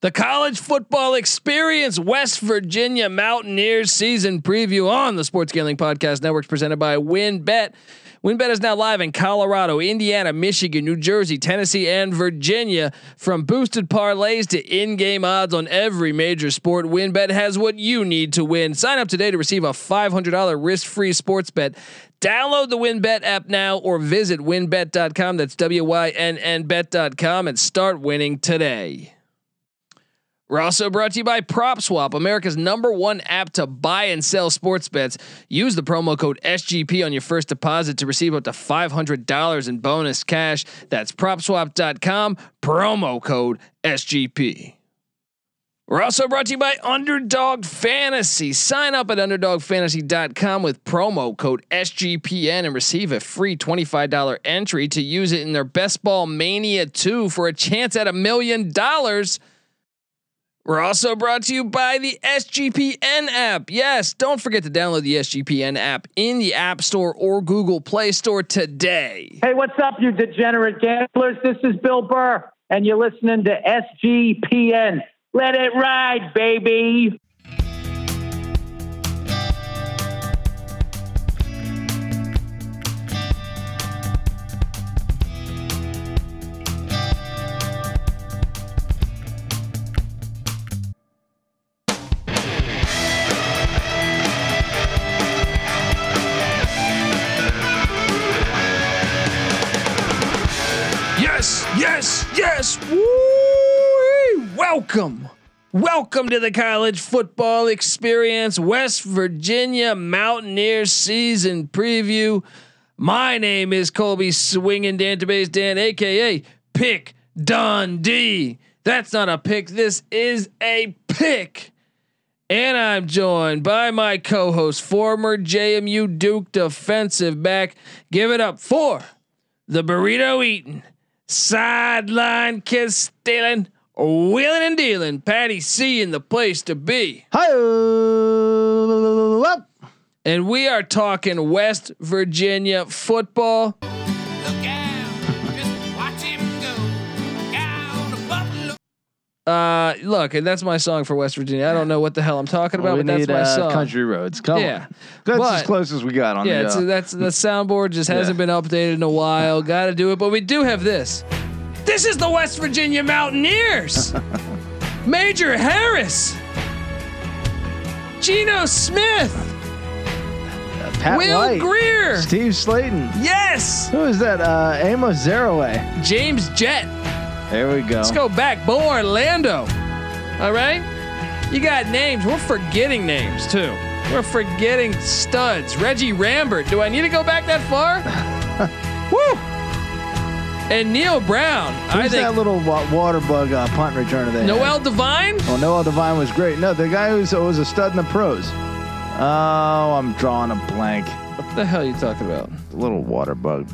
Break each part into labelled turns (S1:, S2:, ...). S1: The college football experience, West Virginia Mountaineers season preview on the Sports Gambling Podcast Network, presented by WinBet. WinBet is now live in Colorado, Indiana, Michigan, New Jersey, Tennessee, and Virginia. From boosted parlays to in-game odds on every major sport, WinBet has what you need to win. Sign up today to receive a $500 risk-free sports bet. Download the WinBet app now or visit winbet.com. That's W-Y-N-N bet.com and start winning today. We're also brought to you by PropSwap, America's number one app to buy and sell sports bets. Use the promo code SGP on your first deposit to receive up to $500 in bonus cash. That's propswap.com, promo code SGP. We're also brought to you by Underdog Fantasy. Sign up at underdogfantasy.com with promo code SGPN and receive a free $25 entry to use it in their Best Ball Mania 2 for a chance at a million dollars. We're also brought to you by the SGPN app. Yes, don't forget to download the SGPN app in the App Store or Google Play Store today.
S2: Hey, what's up, you degenerate gamblers? This is Bill Burr, and you're listening to SGPN. Let it ride, baby.
S1: Yes, yes, yes. Woo! Welcome. Welcome to the college football experience, West Virginia Mountaineers season preview. My name is Colby Swinging Database Dan, aka Pick Dundee. That's not a pick. This is a pick. And I'm joined by my co host, former JMU Duke defensive back. Give it up for the burrito eating, sideline kiss stealing, wheeling and dealing. Patty C in the place to be.
S3: Hi. up.
S1: And we are talking West Virginia football.
S4: Look out! Just watch him go. Look out above the
S1: Uh, look, and that's my song for West Virginia. I don't know what the hell I'm talking about,
S3: we
S1: but that's
S3: need
S1: my
S3: uh,
S1: song.
S3: country roads. Come
S1: Yeah.
S3: on, that's as
S1: But-
S3: close as we got on
S1: Yeah,
S3: the.
S1: it's,
S3: uh,
S1: that's the soundboard just hasn't been updated in a while. Got to do it, but we do have this. This is the West Virginia Mountaineers. Major Harris, Geno Smith,
S3: Pat
S1: Will
S3: White,
S1: Greer.
S3: Steve Slayton.
S1: Yes,
S3: Who is that? Uh, Amos Zaraway.
S1: James Jett.
S3: There we go.
S1: Let's go back, Bo Orlando. All right, you got names. We're forgetting names too. We're forgetting studs. Reggie Rambert. Do I need to go back that far? Woo! And Neil Brown. I
S3: Who's that
S1: think
S3: little wa- water bug uh, punt returner they had?
S1: Noel Devine.
S3: Well, Noel Devine was great. No, the guy who was, was a stud in the pros. Oh, I'm drawing a blank.
S1: What the hell are you talking about?
S3: The little water bug.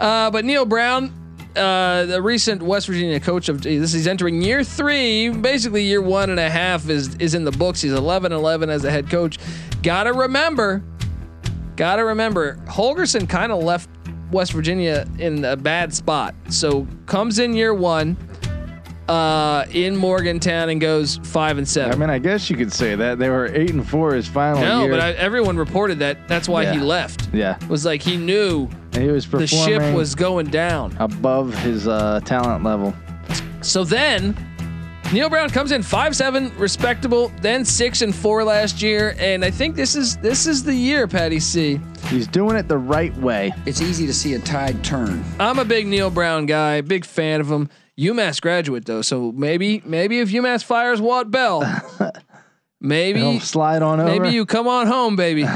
S1: Uh, but Neil Brown, uh, the recent West Virginia coach of this, he's entering year three. Basically, year one and a half is is in the books. He's 11 11 as the head coach. Gotta remember, gotta remember, Holgerson kind of left West Virginia in a bad spot. So comes in year one uh, in Morgantown and goes five and
S3: I
S1: seven.
S3: mean, I guess you could say that they were eight and four his final
S1: No,
S3: year.
S1: but I, everyone reported that that's why he
S3: Yeah.
S1: left.
S3: yeah,
S1: Was like he knew
S3: and he was
S1: the
S3: performing
S1: ship was going down.
S3: above his uh, talent level.
S1: So then Neil Brown comes in five seven, respectable, then six and four last year, and I think this is this is the year, Patty C.
S3: He's doing it the right way.
S5: It's easy to see a tide turn.
S1: I'm a big Neil Brown guy, big fan of him. UMass graduate though, so maybe maybe if UMass fires Watt Bell,
S3: He'll
S1: maybe
S3: slide on over.
S1: maybe you come on home, baby.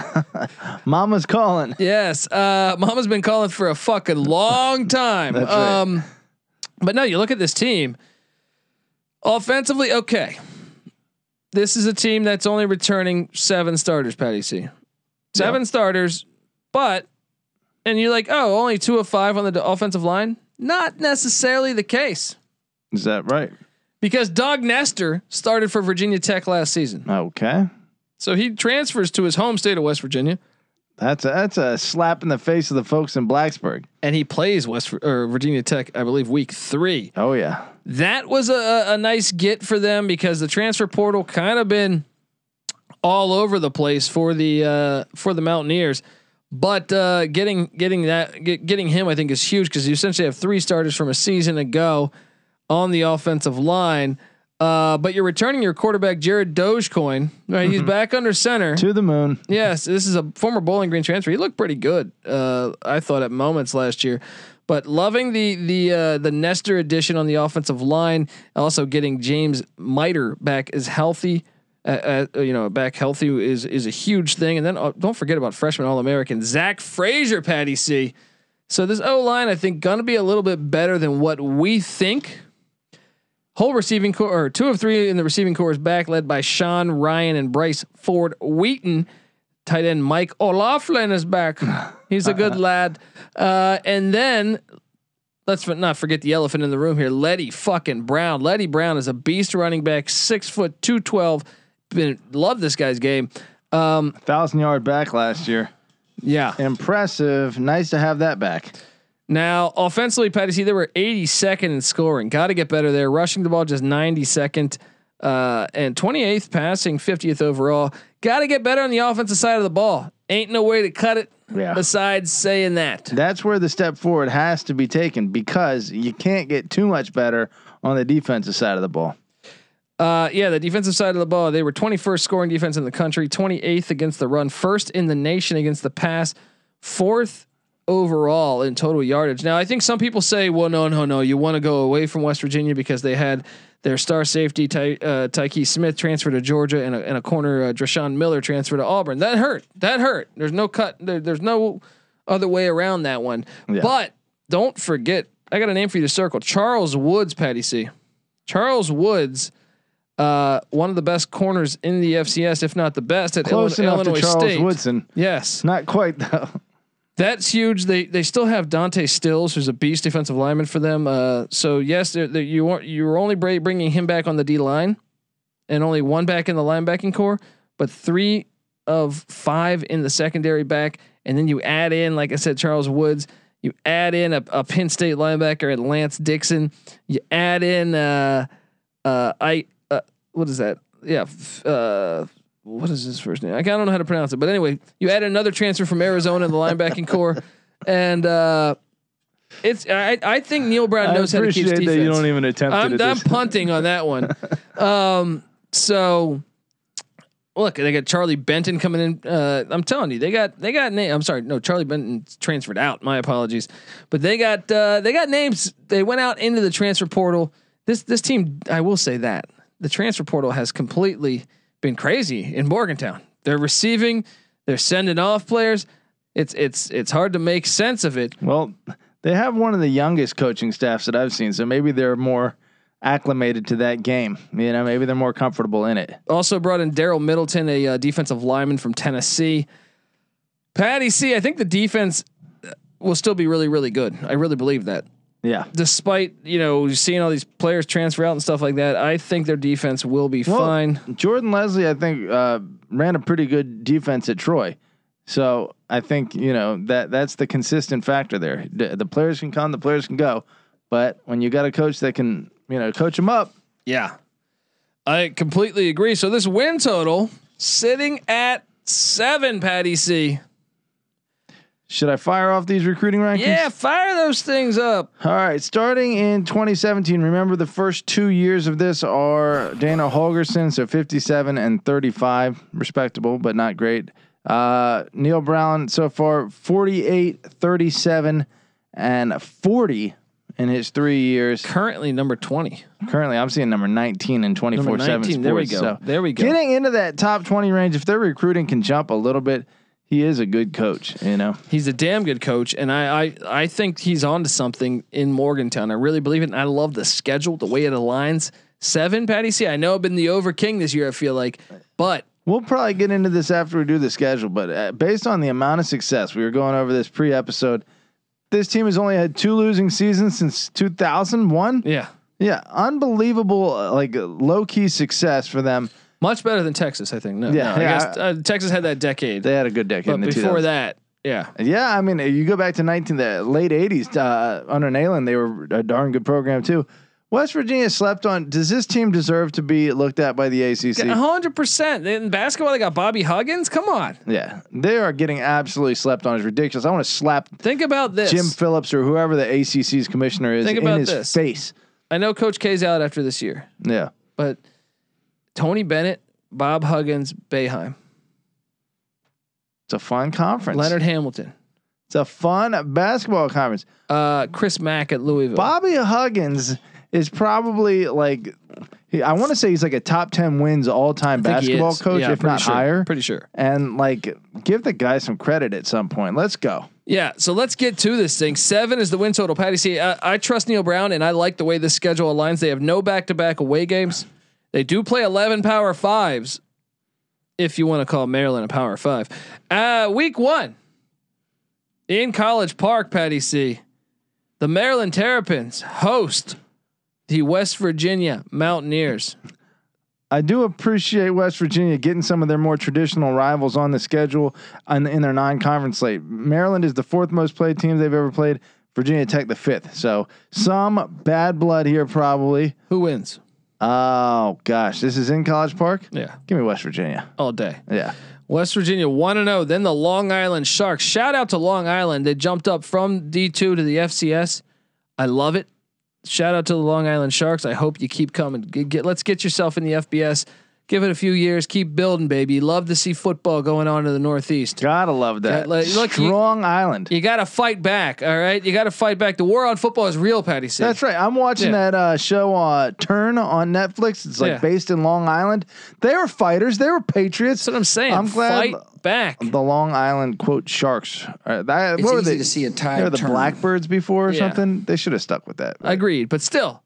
S3: Mama's calling.
S1: Yes. Uh, Mama's been calling for a fucking long time. Um,
S3: That's right.
S1: But no, you look at this team. Offensively, okay. This is a team that's only returning seven starters, Patty C. Seven starters, but and you're like, oh, only two of five on the d- offensive line. Not necessarily the case
S3: Is that right?
S1: because Doug Nestor started for Virginia Tech last season,
S3: Okay.
S1: so he transfers to his home state of West Virginia.
S3: That's a, that's a slap in the face of the folks in Blacksburg.
S1: and he plays West or Virginia Tech, I believe, week three.
S3: Oh yeah.
S1: that was a- a, a nice get for them because the transfer portal kind of been all over the place for the uh, for the Mountaineers. But uh, getting getting that get, getting him, I think, is huge because you essentially have three starters from a season ago on the offensive line. Uh, but you're returning your quarterback Jared Dogecoin. Right, he's back under center.
S3: To the moon.
S1: Yes, this is a former Bowling Green transfer. He looked pretty good, uh, I thought, at moments last year. But loving the the uh, the Nestor addition on the offensive line, also getting James Miter back is healthy. Uh, uh, you know, back healthy is is a huge thing. And then uh, don't forget about freshman All American Zach Frazier, Patty C. So this O line, I think, gonna be a little bit better than what we think. Whole receiving core, or two of three in the receiving core is back, led by Sean Ryan and Bryce Ford Wheaton tight end Mike O'Laughlin is back. He's a good lad. Uh, and then let's f- not forget the elephant in the room here. Letty fucking Brown. Letty Brown is a beast running back, six foot two twelve. Been love this guy's game. Um,
S3: Thousand yard back last year.
S1: yeah.
S3: Impressive. Nice to have that back.
S1: Now offensively, Patty C, they were 82nd in scoring. Got to get better there. Rushing the ball just 92nd. Uh, and 28th passing, 50th overall. Got to get better on the offensive side of the ball. Ain't no way to cut it
S3: Yeah.
S1: besides saying that.
S3: That's where the step forward has to be taken because you can't get too much better on the defensive side of the ball.
S1: Uh, yeah, the defensive side of the ball, they were 21st scoring defense in the country, 28th against the run, first in the nation against the pass, fourth overall in total yardage. Now, I think some people say, well, no, no, no, you want to go away from West Virginia because they had their star safety, Ty, uh, Tyke Smith, transfer to Georgia, and a, and a corner, uh, Drashawn Miller, transfer to Auburn. That hurt. That hurt. There's no cut. There, there's no other way around that one.
S3: Yeah.
S1: But don't forget, I got a name for you to circle Charles Woods, Patty C. Charles Woods uh, one of the best corners in the FCS, if not the best at
S3: Close
S1: Illinois,
S3: enough
S1: Illinois
S3: to Charles
S1: State.
S3: Woodson.
S1: Yes,
S3: Not quite though.
S1: that's huge. They they still have Dante Stills, who's a beast defensive lineman for them. Uh, so yes, they're, they're, you weren't you were only bra- bringing him back on the D line, and only one back in the linebacking core, but three of five in the secondary back, and then you add in, like I said, Charles Woods. You add in a, a Penn State linebacker at Lance Dixon. You add in uh, uh, I uh, what is that? Yeah, f- uh, what is his first name? I don't know how to pronounce it, but anyway, you add another transfer from Arizona in the linebacking core, and uh, it's I, I think Neil Brown
S3: I
S1: knows how to
S3: appreciate
S1: keep
S3: that
S1: defense.
S3: you don't even attempt
S1: I'm,
S3: it. at
S1: I'm
S3: this-
S1: punting on that one. Um, so look, they got Charlie Benton coming in. Uh, I'm telling you, they got they got name. I'm sorry, no, Charlie Benton transferred out. My apologies, but they got uh, they got names. They went out into the transfer portal. This this team, I will say that the transfer portal has completely been crazy in Morgantown. They're receiving, they're sending off players. It's it's it's hard to make sense of it.
S3: Well, they have one of the youngest coaching staffs that I've seen, so maybe they're more acclimated to that game. You know, maybe they're more comfortable in it.
S1: Also brought in Daryl Middleton, a uh, defensive lineman from Tennessee. Patty C, I think the defense uh, will still be really, really good. I really believe that.
S3: Yeah.
S1: Despite you know seeing all these players transfer out and stuff like that, I think their defense will be
S3: Well,
S1: fine.
S3: Jordan Leslie, I think, uh, ran a pretty good defense at Troy. So I think you know that that's the consistent factor there. The, the players can come, the players can go, but when you got a coach that can, you know, coach them up,
S1: Yeah, I completely agree. So this win total sitting at seven, Patty C.
S3: should I fire off these recruiting rankings?
S1: Yeah, fire those things up.
S3: All right, starting in 2017, remember the first two years of this are Dana Holgerson, so 57 and 35, respectable, but not great. Uh, Neil Brown, so far 48, 37, and 40 in his three years.
S1: Currently number twenty.
S3: Currently, I'm seeing number 19 in 24 7
S1: 19,
S3: sports.
S1: there we go.
S3: so
S1: There we go.
S3: Getting into that top 20 range, if their recruiting can jump a little bit, he is a good coach, you know?
S1: He's a damn good coach, and I I, I think he's onto something in Morgantown. I really believe it, and I love the schedule, the way it aligns. Seven, Patty C. I know I've been the over king this year. I feel like, but
S3: We'll probably get into this after we do the schedule, but uh, based on the amount of success we were going over this pre-episode, this team has only had two losing seasons since 2001.
S1: yeah,
S3: Yeah, unbelievable, uh, like uh, low-key success for them.
S1: much better than Texas. I think. No,
S3: Yeah,
S1: no, I
S3: yeah,
S1: guess uh, Texas had that decade,
S3: They had a good decade.
S1: but
S3: in the
S1: before
S3: 2000s.
S1: that, yeah,
S3: yeah, I mean, uh, you go back to 19 the late 80s uh, under Nalen, they were a darn good program too. West Virginia slept on. Does this team deserve to be looked at by the ACC?
S1: hundred percent. In basketball, they got Bobby Huggins. Come on,
S3: Yeah, they are getting absolutely slept on. It's ridiculous. I want to slap
S1: think about this.
S3: Jim Phillips or whoever the ACC's commissioner is
S1: Think
S3: in
S1: about
S3: his
S1: this.
S3: face.
S1: I know Coach K's out after this year,
S3: Yeah,
S1: but Tony Bennett, Bob Huggins, Bayheim,
S3: it's a fun conference.
S1: Leonard Hamilton,
S3: It's a fun basketball conference.
S1: uh, Chris Mack at Louisville.
S3: Bobby Huggins is probably like, he, I want to say he's like a top ten wins all time
S1: I think he
S3: basketball
S1: is.
S3: coach,
S1: Yeah,
S3: if
S1: pretty
S3: not
S1: sure.
S3: higher.
S1: Pretty sure.
S3: And like, give the guy some credit at some point. Let's go.
S1: Yeah, so let's get to this thing. Seven is the win total. Patty C, I, I trust Neil Brown, and I like the way this schedule aligns. They have no back-to-back away games. They do play eleven power fives, if you want to call Maryland a power five. Uh, week one in College Park, Patty C, the Maryland Terrapins host the West Virginia Mountaineers.
S3: I do appreciate West Virginia getting some of their more traditional rivals on the schedule and in their non-conference slate. Maryland is the fourth most played team they've ever played. Virginia Tech the fifth. So some bad blood here probably.
S1: Who wins?
S3: Oh gosh, this is in College Park.
S1: Yeah,
S3: Give me West Virginia.
S1: all day.
S3: Yeah,
S1: West Virginia 1 0. Then the Long Island Sharks. Shout out to Long Island. They jumped up from D2 to the FCS. I love it. Shout out to the Long Island Sharks. I hope you keep coming. G- get- let's get yourself in the FBS. Give it a few years. Keep building, baby. Love to see football going on to the Northeast.
S3: gotta love that.
S1: Yeah, like, look, you-
S3: Strong Island.
S1: You got to fight back, all right? You got to fight back. The war on football is real, Patty C.
S3: That's right. I'm watching
S1: Yeah.
S3: that uh, show uh, Turn on Netflix. It's like
S1: Yeah.
S3: based in Long Island. They were fighters. They were patriots.
S1: That's what I'm saying.
S3: I'm glad-
S1: Fight back.
S3: the Long Island quote sharks. Uh, that,
S5: It's
S3: what were
S5: easy
S3: they?
S5: to see a tide
S3: they were the
S5: turn.
S3: Blackbirds before or
S1: Yeah.
S3: something. They should have stuck with that.
S1: Agreed. But still,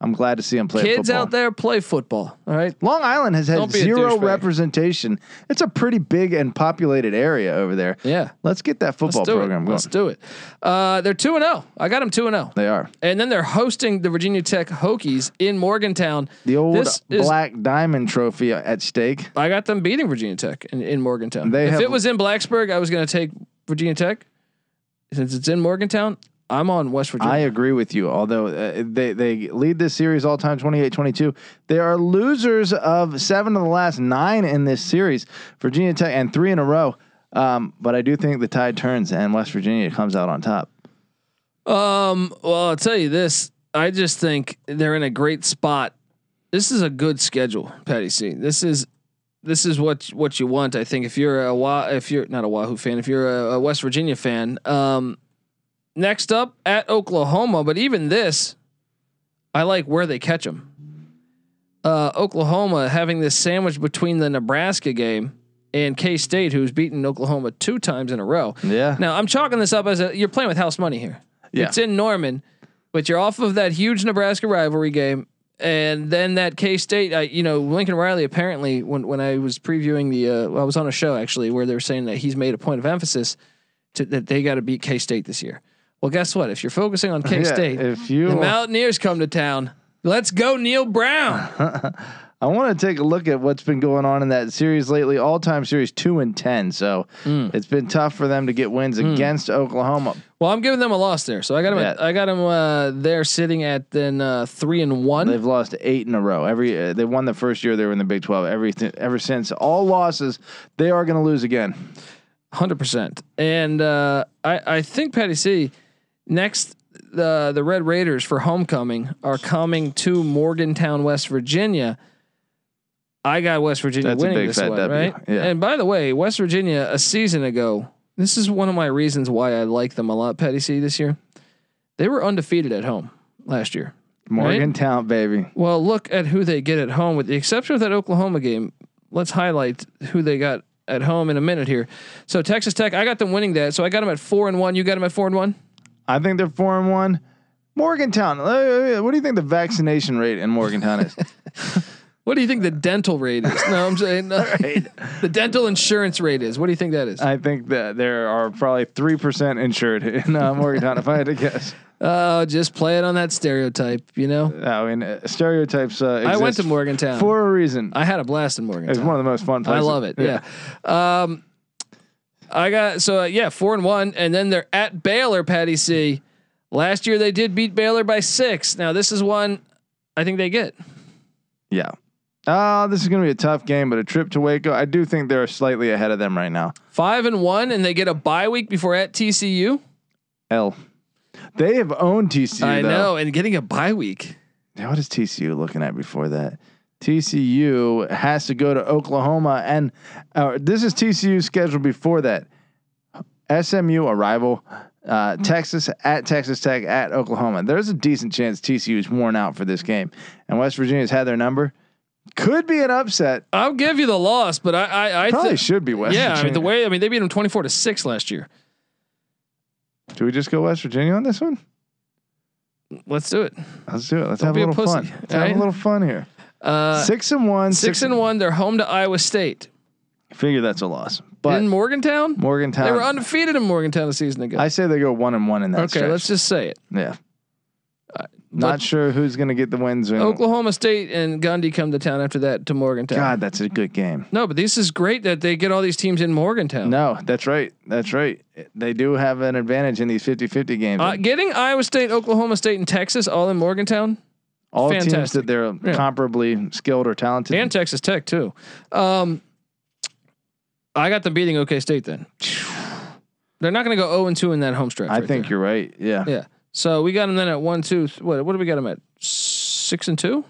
S3: I'm glad to see them play
S1: kids
S3: football.
S1: out there play football, all right?
S3: Long Island has had
S1: Don't be a
S3: zero
S1: douchebag.
S3: representation. It's a pretty big and populated area over there.
S1: Yeah.
S3: Let's get that football
S1: Let's do
S3: program
S1: it.
S3: going.
S1: Let's do it. Uh, they're 2 and 0. I got them 2 and oh. 0.
S3: They are
S1: And then they're hosting the Virginia Tech Hokies in Morgantown.
S3: the old
S1: This is-
S3: Black Diamond Trophy at stake.
S1: I got them beating Virginia Tech in, in Morgantown.
S3: They
S1: if
S3: have-
S1: it was in Blacksburg, I was going to take Virginia Tech. Since it's in Morgantown, I'm on West
S3: I
S1: Virginia.
S3: agree with you. Although uh, they they lead this series all time 28-22. They are losers of 7 of the last 9 in this series. Virginia Tech and 3 in a row. Um, but I do think the tide turns and West Virginia comes out on top.
S1: um, well, I'll tell you this. I just think they're in a great spot. This is a good schedule, Patty C. This is this is what what you want. I think if you're a Wa- if you're not a Wahoo fan, if you're a, a West Virginia fan, um, next up at Oklahoma. But even this, I like where they catch them. Uh, Oklahoma having this sandwich between the Nebraska game and K State, who's beaten Oklahoma two times in a row.
S3: Yeah.
S1: Now I'm chalking this up as a you're playing with house money here.
S3: Yeah.
S1: It's in Norman, but you're off of that huge Nebraska rivalry game, and then that K State. Uh, you know, Lincoln Riley apparently when when I was previewing the, uh, well, I was on a show actually where they were saying that he's made a point of emphasis to, that they got to beat K State this year. Well, guess what? If you're focusing on K State,
S3: Yeah, if you
S1: the Mountaineers come to town. Let's go, Neil Brown.
S3: I want to take a look at what's been going on in that series lately. All time series two and ten, so it's been tough for them to get wins against Oklahoma.
S1: Well, I'm giving them a loss there, so I got them.
S3: Yeah.
S1: I got them uh, there sitting at then uh, three and one.
S3: They've lost eight in a row. Every uh, they won the first year they were in the Big Twelve. Every ever since all losses, they are going to lose again.
S1: hundred percent. And uh, I I think Patty C next the the Red Raiders for homecoming are coming to Morgantown, West Virginia. I got West Virginia
S3: That's a
S1: winning
S3: big
S1: this
S3: fat
S1: one,
S3: W,
S1: right?
S3: yeah.
S1: And by the way, West Virginia a season ago. This is one of my reasons why I like them a lot, Patty C. This year, they were undefeated at home last year.
S3: Morgantown, baby.
S1: Well, look at who they get at home. With the exception of that Oklahoma game, let's highlight who they got at home in a minute here. So Texas Tech, I got them winning that. So I got them at four and one. You got them at four and one.
S3: I think they're four and one. Morgantown. uh, What do you think the vaccination rate in Morgantown is?
S1: What do you think the dental rate is? No, I'm saying no. the dental insurance rate is. What do you think that is?
S3: I think that there are probably three percent insured in uh, Morgantown, if I had to guess.
S1: Oh, just play it on that stereotype. You know,
S3: I mean, uh, stereotypes. Uh,
S1: I went
S3: exist
S1: to Morgantown.
S3: for a reason.
S1: I had a blast in
S3: It's
S1: Morgantown.
S3: one of the most fun
S1: I
S3: places.
S1: love it. Yeah. Um, I got so uh, yeah, four and one, and then they're at Baylor, Patty C. Last year they did beat Baylor by six. Now this is one I think they get.
S3: Yeah. Uh, this is going to be a tough game, but a trip to Waco, I do think they're slightly ahead of them right now.
S1: Five and one, and they get a bye week before at TCU.
S3: L. They have owned TCU.
S1: I
S3: though.
S1: know, and getting a bye week.
S3: Now, what is TCU looking at before that? TCU has to go to Oklahoma, and uh, this is TCU's schedule before that. SMU arrival, uh, Texas at Texas Tech at Oklahoma. There's a decent chance TCU is worn out for this game, and West Virginia's had their number. Could be an upset.
S1: I'll give you the loss, but I I, I
S3: Probably
S1: thi-
S3: should be West.
S1: yeah. I
S3: Virginia.
S1: mean, the way I mean they beat them twenty four to six last year.
S3: Do we just go West Virginia on this one?
S1: Let's do it.
S3: Let's do it. Let's
S1: Don't
S3: have a
S1: be a
S3: little fun.
S1: pussy,
S3: Let's have
S1: right?
S3: a little fun here.
S1: Uh, six,
S3: six and one.
S1: and one. They're home to Iowa State
S3: Figure that's a loss, but
S1: in Morgantown.
S3: Morgantown.
S1: They were undefeated in Morgantown a season ago.
S3: I say they go one and one in that.
S1: okay,
S3: stretch.
S1: let's just say it.
S3: Yeah. Not
S1: but-
S3: sure who's going to get the wins. When,
S1: Oklahoma State and Gundy come to town after that to Morgantown.
S3: God, that's a good game.
S1: No, but this is great that they get all these teams in Morgantown.
S3: No, that's right. That's right. They do have an advantage in these 50-50 games.
S1: Uh, getting Iowa State, Oklahoma State, and Texas all in Morgantown
S3: All teams
S1: fantastic.
S3: that they're comparably skilled or talented.
S1: and Texas Tech too. Um, I got them beating OK State. Then they're not going to go zero and two in that home stretch.
S3: I
S1: right
S3: think
S1: there.
S3: you're right. Yeah.
S1: Yeah. So we got them then at one two. th- What what do we got them at? Six and two.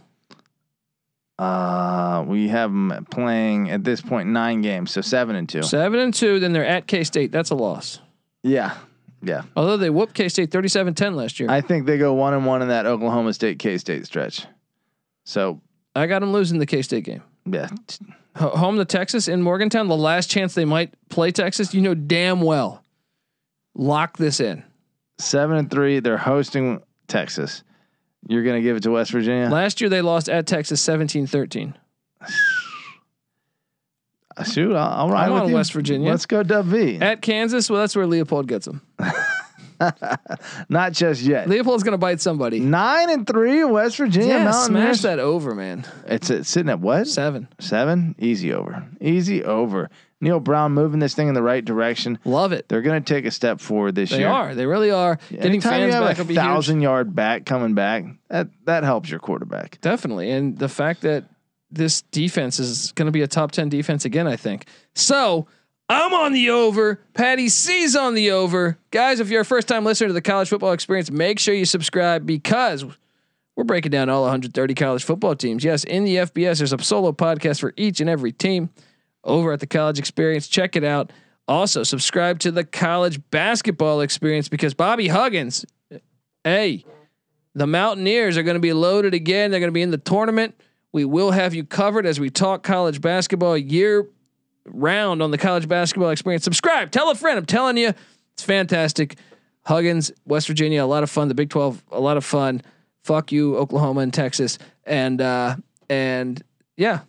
S3: Uh, we have them playing at this point nine games, so seven and two.
S1: Seven and two. Then they're at K State. That's a loss.
S3: yeah. Yeah.
S1: Although they whooped K State 37-10 last year. I,
S3: I think they go one and one in that Oklahoma State K State stretch. So
S1: got them losing the K State game.
S3: yeah,
S1: Ho- home to Texas in Morgantown. The last chance they might play Texas. You know damn well. Lock this in.
S3: seven and three. They're hosting Texas. You're gonna give it to West Virginia.
S1: Last year they lost at Texas 17-13.
S3: Uh, Shoot, I'll, I'll ride
S1: I'm
S3: with
S1: on
S3: you.
S1: West Virginia.
S3: Let's go, Dub V.
S1: At Kansas, well that's where Leopold gets them.
S3: Not just yet.
S1: Leopold's going to bite somebody.
S3: Nine and three, West Virginia.
S1: Yeah, smash
S3: Mountaineers.
S1: that over, man.
S3: It's, it's sitting at what?
S1: Seven.
S3: Seven? Easy over. Easy over. Neil Brown moving this thing in the right direction.
S1: Love it.
S3: They're going to take a step forward this
S1: They
S3: year.
S1: are. They really are. Getting
S3: Anytime
S1: fans
S3: you have
S1: back
S3: a
S1: will be huge.
S3: thousand yard back coming back, that that helps your quarterback.
S1: Definitely. And the fact that this defense is going to be a top 10 defense again, I think. So I'm on the over. Patty C's on the over. Guys, if you're a first time listener to the college football experience, make sure you subscribe because we're breaking down all 130 college football teams. Yes, in the FBS, there's a solo podcast for each and every team over at the college experience. Check it out. Also, subscribe to the college basketball experience because Bobby Huggins, eh, hey, the Mountaineers are going to be loaded again. They're going to be in the tournament. We will have you covered as we talk college basketball year round on the college basketball experience. Subscribe, tell a friend. I'm telling you, it's fantastic. Huggins, West Virginia, a lot of fun. The Big 12, a lot of fun. Fuck you, Oklahoma and Texas. And uh and yeah.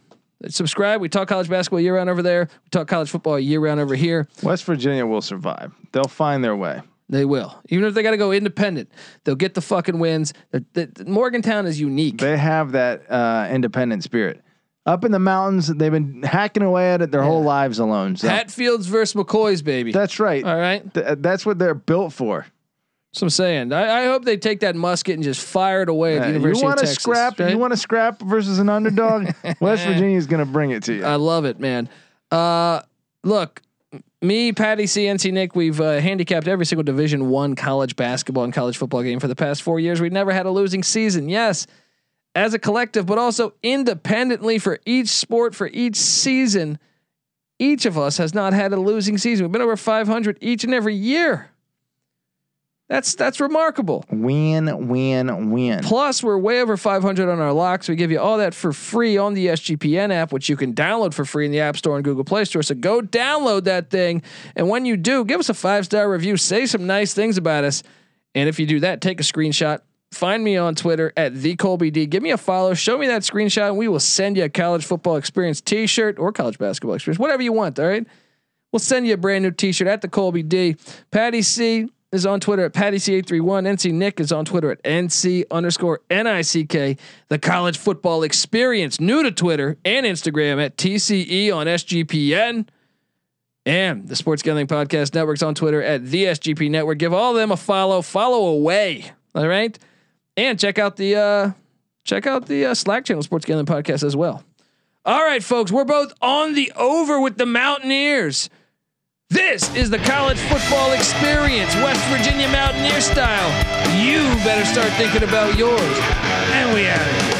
S1: Subscribe. We talk college basketball year round over there. We talk college football year round over here.
S3: West Virginia will survive. They'll find their way.
S1: They will. Even if they got to go independent, they'll get the fucking wins. The, the, Morgantown is unique.
S3: They have that uh, independent spirit. Up in the mountains, they've been hacking away at it their whole lives alone. So
S1: Hatfields versus McCoys, baby.
S3: that's right.
S1: All right.
S3: Th- that's what they're built for.
S1: That's what I'm saying. I, I hope they take that musket and just fire it away at the
S3: Uh,
S1: University
S3: you
S1: of
S3: want to
S1: Texas.
S3: scrap?
S1: right?
S3: You want to scrap versus an underdog? West Virginia is going to bring it to you.
S1: I love it, man. Uh, look, m- me, Patty, CNC, Nick, we've uh, handicapped every single Division One college basketball and college football game for the past four years. We've never had a losing season. Yes, as a collective, but also independently for each sport, for each season. Each of us has not had a losing season. We've been over 500 each and every year. That's that's remarkable.
S3: win, win, win.
S1: Plus, we're way over 500 on our locks. We give you all that for free on the SGPN app, which you can download for free in the App Store and Google Play Store. So go download that thing. And when you do, give us a five star review, say some nice things about us. And if you do that, take a screenshot. Find me on Twitter at the Colby D. Give me a follow. Show me that screenshot, and we will send you a college football experience T-shirt or college basketball experience, whatever you want. All right, we'll send you a brand new T-shirt at the Colby D. Patty C is on Twitter at Patty C eight three one. NC Nick is on Twitter at NC underscore N I C K. The college football E experience new to Twitter and Instagram at TCE on SGPN. And the Sports Gambling Podcast Network's on Twitter at the SGP Network. Give all of them a follow. Follow away. All right. And check out the uh check out the uh, Slack channel Sports Gambling Podcast as well. All right, folks, we're both on the over with the Mountaineers. This is the college football experience, West Virginia Mountaineer style. You better start thinking about yours. And we out of here.